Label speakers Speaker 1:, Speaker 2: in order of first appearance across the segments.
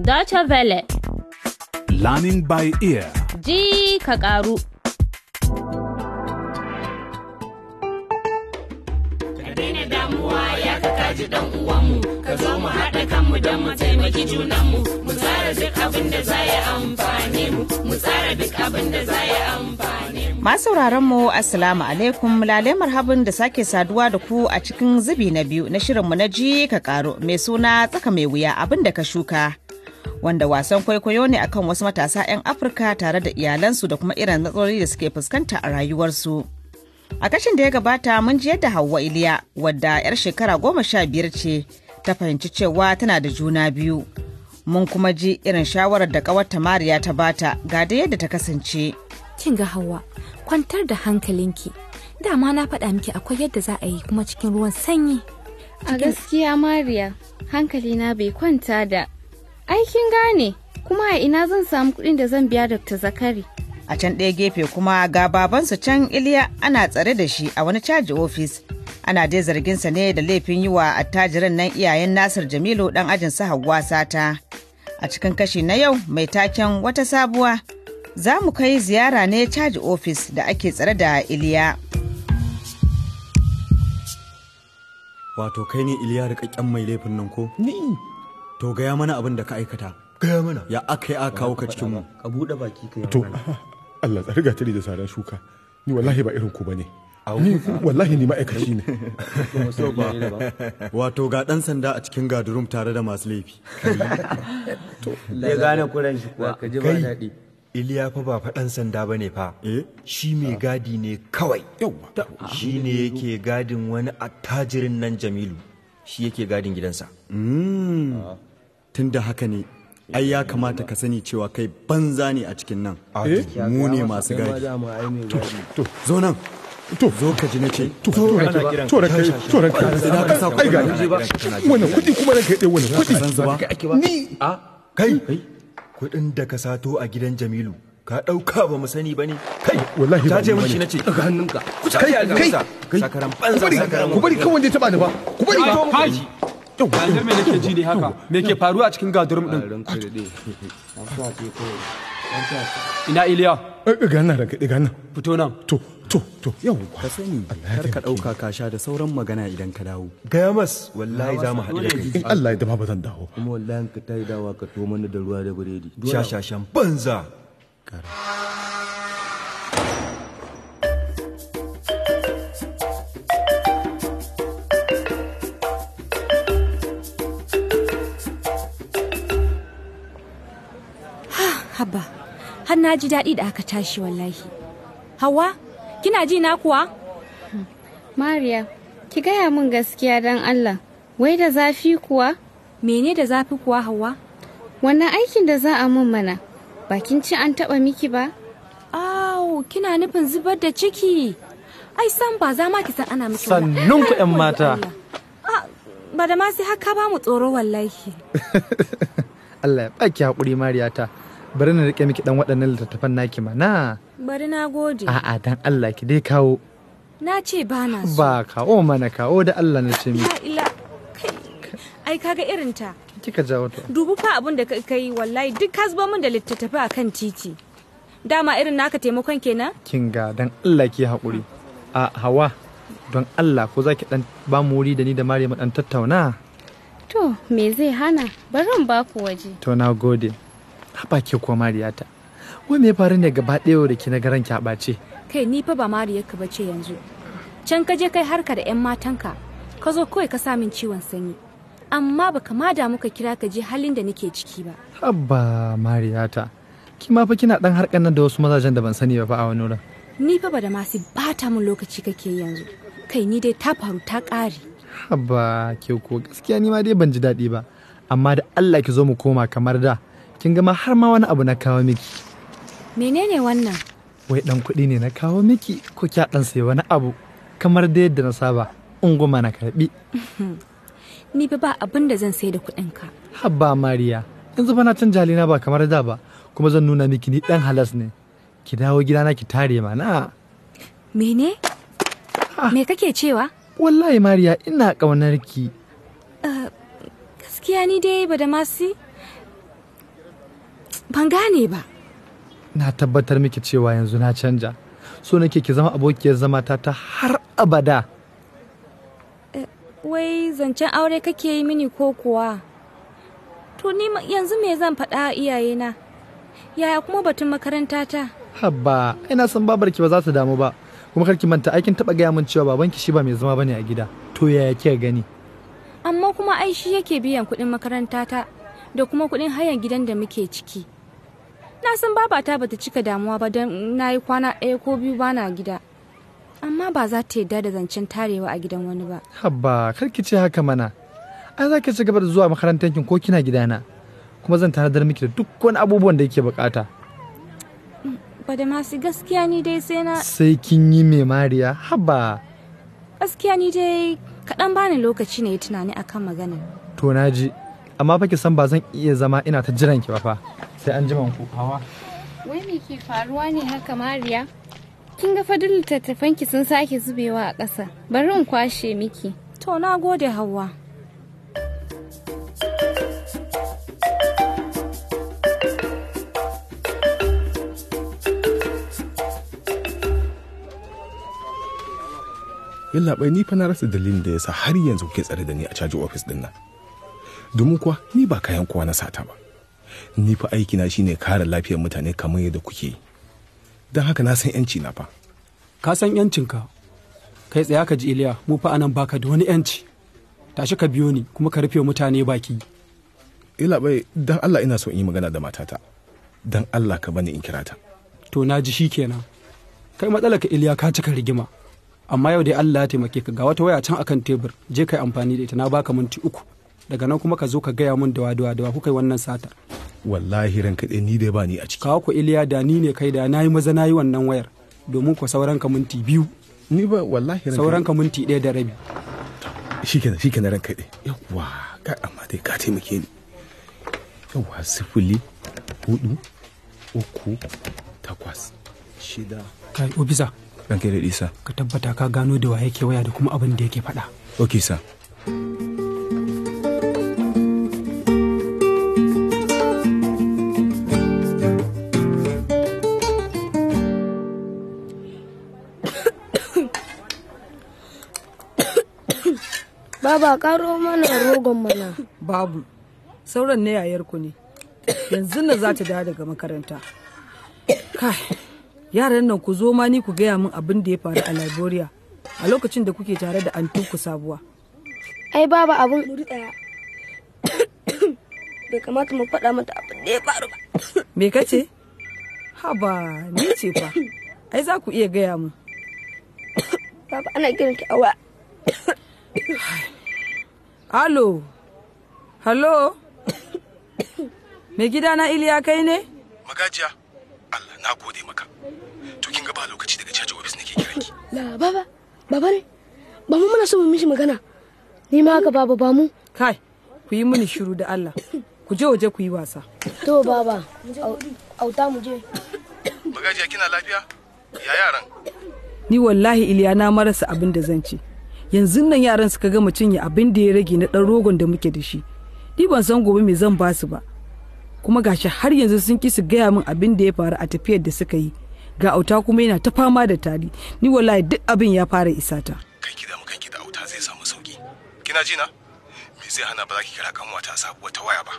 Speaker 1: Dacha Vele.
Speaker 2: Learning by ear.
Speaker 1: Ji ka ƙaru.
Speaker 3: Ka daina damuwa ya ka kaji dan uwanmu ka zo mu haɗa kanmu don mu taimaki junanmu mu tsara duk abin da za ya amfane mu mu tsara duk abin da za ya amfane mu.
Speaker 4: Masu mu Assalamu alaikum lalai marhabin da sake saduwa da ku a cikin zubi na biyu na shirinmu na ji ka karo mai suna tsaka mai wuya abin da ka shuka. Wanda wasan kwaikwayo ne akan wasu matasa 'yan Afirka tare da iyalansu da kuma irin matsaloli da suke fuskanta a rayuwarsu. A kashin da ya gabata mun ji yadda Hauwa Iliya wadda 'yar shekara goma sha biyar ce ta fahimci cewa tana da juna biyu. Mun kuma ji irin shawarar da ƙawarta Mariya ta bata ga da yadda ta kasance.
Speaker 5: kin ga hawa kwantar da hankalinki dama na faɗa miki akwai yadda za a yi kuma cikin ruwan sanyi
Speaker 6: A gaskiya Mariya, hankalina bai kwanta da. Aikin gane, kuma a ina zan samu kuɗin da zan biya Dr. Zakari.
Speaker 4: a can ɗaya gefe kuma ga babansu can iliya ana tsare da shi a wani caji ofis ana dai zarginsa ne da laifin yi wa attajirin nan iyayen nasir jamilu dan ajin su Hauwa sata a cikin kashi na yau mai taken wata sabuwa za mu kai ziyara ne caji ofis da ake tsare da iliya
Speaker 7: Wato kai ne Iliya rikakken mai laifin nan ko?
Speaker 8: Ni
Speaker 7: To gaya mana abin da ka aikata.
Speaker 8: gaya mana.
Speaker 7: Ya aka yi aka kawo ka cikin mu.
Speaker 9: ka buɗe baki ka yi
Speaker 8: To
Speaker 9: magana.
Speaker 8: Allah tsari ga tare da saran shuka. Ni wallahi ba irin ku bane. Ni wallahi ni ma'aikaci ne.
Speaker 9: Ba mu so ba ne ba.
Speaker 7: Wato ga ɗan sanda a cikin gadurum tare da masu laifi.
Speaker 9: Ya gane kuran shi kuwa ka ji ba daɗi.
Speaker 10: Iliya fa ba faɗan sanda ba ne fa.
Speaker 7: Eh?
Speaker 10: Shi mai gadi ne kawai. Shi ne yake gadin wani attajirin nan Jamilu. Shi yake gadin gidansa. Ah.
Speaker 7: Tun da Mm. haka ne, ai ya kamata ka sani cewa kai banza ne a cikin nan. Mu ne masu
Speaker 9: Kai ma
Speaker 7: gadi.
Speaker 9: dama ai mai gadi.
Speaker 7: Zo nan.
Speaker 8: To.
Speaker 7: Zo ka ji na ce.
Speaker 8: To to ranka to ranka to ranka. Ai ga wannan kuɗi kuma ranka ɗaya wannan kuɗi.
Speaker 7: San zuba.
Speaker 8: Ni
Speaker 10: "Ah, Kai! Kuɗin da ka sato a gidan Jamilu. Ka ɗauka ba mu sani ba ne. Kai!
Speaker 8: wallahi ba
Speaker 10: Ta je
Speaker 8: mu
Speaker 10: mun
Speaker 8: bane.
Speaker 10: shi na ce.
Speaker 9: Daga hannunka.
Speaker 8: kai kai kai
Speaker 10: Sakaran
Speaker 8: ku
Speaker 10: banza
Speaker 8: bari
Speaker 10: sakaran
Speaker 8: ku bari kan wanda ya taba ni ba. Ku bari ba.
Speaker 11: Haji, yanzu me nake ji ne haka? Me ke faruwa a cikin gadurum
Speaker 9: A
Speaker 11: din?
Speaker 9: ranka da dai. An sa ce kawai. An sa ce.
Speaker 11: Ina Iliya,
Speaker 8: Eh, Ga nan ranka ɗaya ga nan.
Speaker 11: fito nan.
Speaker 8: To to to yawwa.
Speaker 7: Ka sani, kar ka ɗauka ka sha da sauran magana idan ka dawo.
Speaker 10: Gaya mas wallahi za mu haɗu da kai.
Speaker 8: In Allah ya dama ba zan dawo.
Speaker 9: Kuma wallahi ka tayi dawa ka to mana da ruwa da biredi.
Speaker 10: Shashashan banza.
Speaker 5: haba har na ji daɗi da aka tashi wallahi hawa kina ji na kuwa
Speaker 6: Hmm. Mariya, ki gaya min gaskiya don Allah. Wai da zafi kuwa?
Speaker 5: mene da zafi kuwa hawa
Speaker 6: Wannan aikin da za a min mana, bakin ci an taɓa miki ba?
Speaker 5: aw kina nufin zubar da ciki ai san ba za ma ki san ana miki wannan.
Speaker 11: Sannun ku 'yan mata.
Speaker 5: Ah, ba da ma sai har ka ba mu tsoro wallahi
Speaker 12: Allah ya baki hakuri Mariyata. Bari na rike miki dan waɗannan littattafan naki mana.
Speaker 5: bari na gode
Speaker 11: Ah.
Speaker 12: A'a dan Allah ki dai kawo.
Speaker 5: na ce ba na so
Speaker 12: Ba kawo mana kawo da Allah na ce miki.
Speaker 5: la ila kai ai kaga irinta
Speaker 12: Kika jawo to.
Speaker 5: dubu fa abin da ka yi wallahi duk ka zuba min da littattafai a kan titi dama irin naka taimakon kenan
Speaker 12: Kin ga dan Allah ki hakuri. A hawa don Allah ko zaki dan ba mu wuri da ni da Mariyama dan tattauna.
Speaker 6: To, me zai hana? Bari in ba ku waje.
Speaker 12: To na gode. Haba ke ko Mariyata. Wai me ya faru ne gaba ɗaya da ki na garan ki a ɓace?
Speaker 5: kai ni fa ba mariyarka ba ce yanzu can ka je kai harka da 'yan matanka ka zo kawai ka sa min ciwon sanyi amma baka ma damu ka kira ka je halin da nake ciki ba
Speaker 12: Abba Mariyata, ki ma fa kina dan harkan nan da wasu mazajen da ban sani ba fa a wani wurin.
Speaker 5: ni fa ba da masu bata min lokaci kake yi yanzu kai ni dai ta faru ta ƙare
Speaker 12: Abba ke ko gaskiya ni ma dai ban ji daɗi ba, amma da Allah ki zo mu koma kamar da. Kin ga ma har ma wani abu na kawo miki.
Speaker 5: menene wannan
Speaker 12: Wai dan kuɗi ne na kawo miki ko kya dan sayi wani abu kamar da yadda na saba. Unguma na karbi.
Speaker 5: ni fa ba abin da zan sai da kuɗinka
Speaker 12: Habba Mariya, yanzu fa na canja halina ba kamar da ba, kuma zan nuna miki ni dan halas ne. Ki dawo gidana ki tare mana.
Speaker 5: mene me kake cewa
Speaker 12: Wallahi Mariya ina ƙaunar ki.
Speaker 5: gaskiya ni dai ba da masi Ban gane ba.
Speaker 12: na tabbatar miki cewa yanzu na canja so nake ki zama abokiyar zama ta ta har abada
Speaker 5: Wai zancen aure kake yi mini ko kuwa? To ni ma- yanzu me zan faɗa a iyayena? Yaya kuma batun makaranta ta?
Speaker 12: habba ai na san babarki ba za ta damu ba kuma karki manta aikin taba gaya min cewa babanki shi ba mai zama bane a gida to yaya kika gani
Speaker 5: Amma kuma ai shi yake biyan kuɗin makaranta ta da kuma kuɗin hayan gidan da muke ciki. Na san babata bata cika damuwa ba don na yi kwana ɗaya ko biyu bana gida. Amma ba za ta yarda da zancen tarewa a gidan wani ba.
Speaker 12: habba karki ce haka mana ai za ki ci gaba da zuwa makarantar kin ko kina gidana kuma zan tanadar miki da duk wani abubuwan da yake bukata
Speaker 5: Bada masu gaskiya ni dai sai na
Speaker 12: sai kin yi mai mariya habba
Speaker 5: gaskiya ni dai kaɗan bani lokaci ne tunani akan maganin.
Speaker 12: to naji amma fa ki san ba zan iya zama ina ta jiran ki ba fa sai an jima ku hawa
Speaker 6: Wai me ke faruwa ne haka Mariya? Kin ga fadin littattafanki sun sake zubewa a ƙasa. Bari in kwashe miki.
Speaker 5: To na gode Hauwa.
Speaker 8: yallaɓai ni fa na rasa dalilin da yasa har yanzu kuke tsare da ni a caji ofis din nan domin kuwa ni ba kayan kowa na sata ba ni fa aiki na shine kare lafiyar mutane kamar yadda kuke yi don haka na san yanci na fa
Speaker 13: Ka san yancinka, kai tsaya ka ji Iliya, mu fa anan baka da wani yanci. Tashi ka biyo ni kuma ka rufe wa mutane baki.
Speaker 8: yallaɓai don Allah ina so in yi magana da matata don Allah ka bani in kira ta
Speaker 13: To na ji shi kenan. Kai matsala ka Iliya ka cika rigima. Amma yau dai Allah ya taimake ka ga wata waya can akan tebur, je kai amfani da ita na baka minti uku. Daga nan kuma ka zo ka gaya min dawa dawa dawa kuka yi wannan sata.
Speaker 8: wallahi ran kaɗai ni dai ba ni a ciki
Speaker 13: Kawo ku Iliya da ni ne kai da na yi maza na yi wannan wayar. Domin ku sauran ka minti biyu.
Speaker 8: Ni ba wallahi ranka-
Speaker 13: Sauran ka minti ɗaya da rabi.
Speaker 8: shikenan shikenan ran kaɗai yawwa ka amma dai ka taimake ni yawwa sifili hudu uku takwas shida
Speaker 13: Kai Obisa,
Speaker 8: ran kai da isa
Speaker 13: ka tabbata ka gano da wa yake waya da kuma abin da yake faɗa.
Speaker 8: ok sa
Speaker 14: Baba karo mana rogon mana.
Speaker 15: Babu, sauran na yayarku ne. Yanzu na za ta dawo daga makaranta. Kai, yaran nan ku zo ma ni ku gaya min abin da ya faru a Liberia a lokacin da kuke tare da antuku sabuwa.
Speaker 14: Ai baba abun muri daya. Bai kamata mu faɗa mata abin da ya faru ba.
Speaker 15: Me kace? Haba, ni ce fa. Ai za ku iya gaya min.
Speaker 14: Baba ana kiran ki awa.
Speaker 15: Alo. Halo. Me gidana Iliya kai ne?
Speaker 8: magajiya Allah na gode maka to kin ga ba lokaci daga caji ofis nake kiran ki
Speaker 14: La baba, baba ne. Ba mu muna so mu mishi magana. Ni ma haka baba ba mu.
Speaker 15: Kai, ku yi mini shiru da Allah. Ku je waje ku yi wasa.
Speaker 14: To baba, au- auta mu je.
Speaker 8: magajiya kina lafiya ya yaran
Speaker 15: Ni wallahi Iliya na marasa abin da zan ci. Yanzu nan yaran suka gama cinye abin da ya rage na ɗan rogon da muke da shi. Ni ban san gobe me zan ba su ba. Kuma gashi har yanzu sun ki su gaya min abin da ya faru a tafiyar da suka yi. Ga auta kuma yana ta fama da tari. Ni wallahi duk abin ya fara isata.
Speaker 8: ki da auta zai samu sauki kina ji na me zai hana ba za ki kira kanwa ta sabuwa ta waya ba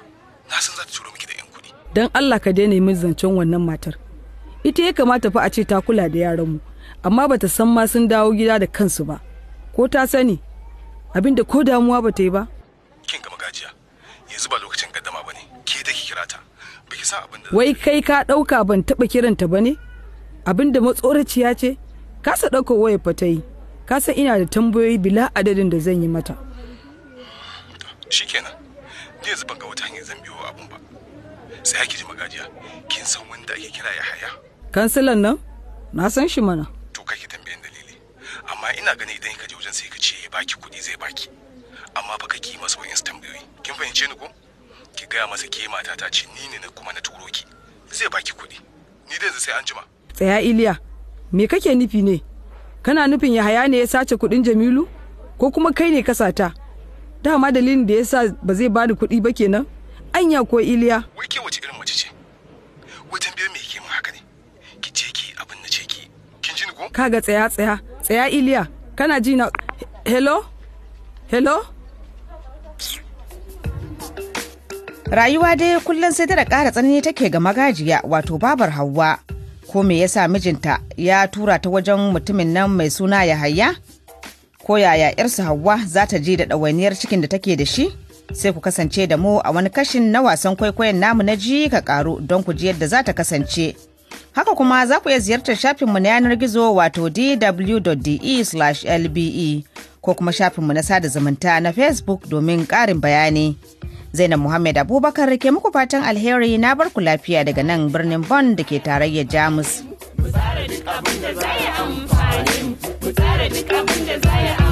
Speaker 8: na san za ta turo miki da yan kuɗi
Speaker 15: Don Allah ka daina min zancen wannan matar. Ita ya kamata fa a ce ta kula da yaranmu. Amma bata san ma sun dawo gida da kansu ba. Ko ta sani? Abin da ko damuwa bata yi ba?
Speaker 8: kin ga magajiya yanzu ba lokacin gaddama bane ke da ki kira ta biki san abin da
Speaker 15: wai kai ka ɗauka ban taɓa kiranta ba ne abinda matsoraciya ce kasa ɗaukar wayar fatayi kasan ina da tambayoyi bila adadin da zan yi mata
Speaker 8: shikenan ni yanzu ban ga wata hanyar zan biyo abun ba sai ki ji magajiya kin san wanda ake kira ya haya
Speaker 15: kansilan nan na san shi mana
Speaker 8: to kai ki tambayin dalili amma ina gani idan ka je wajen sai ka ce ya baki kuɗi zai baki amma fa kake yi masa wa'insu tambayoyi kin fahimce ni ko ki gaya masa ke matata ce ni ne na kuma na turo ki zai baki kuɗi ni da yanzu sai an jima
Speaker 15: tsaya iliya me kake nufi ne kana nufin yahaya ne ya sace kuɗin jamilu ko kuma kai ne ka sata dama dalilin da ya sa ba zai bani kuɗi ba kenan anya ko iliya
Speaker 8: wai ke wace irin mace ce
Speaker 15: kaga tsaya tsaya tsaya iliya kana ji na hello hello
Speaker 4: Rayuwa dai kullum sai da ƙara tsanani take ga magajiya wato babar Hauwa. Ko me yasa mijinta ya tura ta wajen mutumin nan mai suna Yahaya? Ko yaya ‘yarsa Hauwa za ta je da ɗawainiyar cikin da take da shi? Sai ku kasance da mu a wani kashin na wasan kwaikwayon namu na ji ka ƙaru don ku ji yadda za ta kasance. Haka kuma za ku iya ziyartar shafinmu na yanar gizo wato E dw.de/lbe E ko kuma shafinmu na sada zumunta na Facebook domin ƙarin bayani. Zainab Muhammad Abubakar ke muku fatan alheri na barku lafiya daga nan birnin Bonn da ke tarayyar Jamus.
Speaker 3: Mu tsara duk abin da za ya amfani mu, mu tsara duk abin da za ya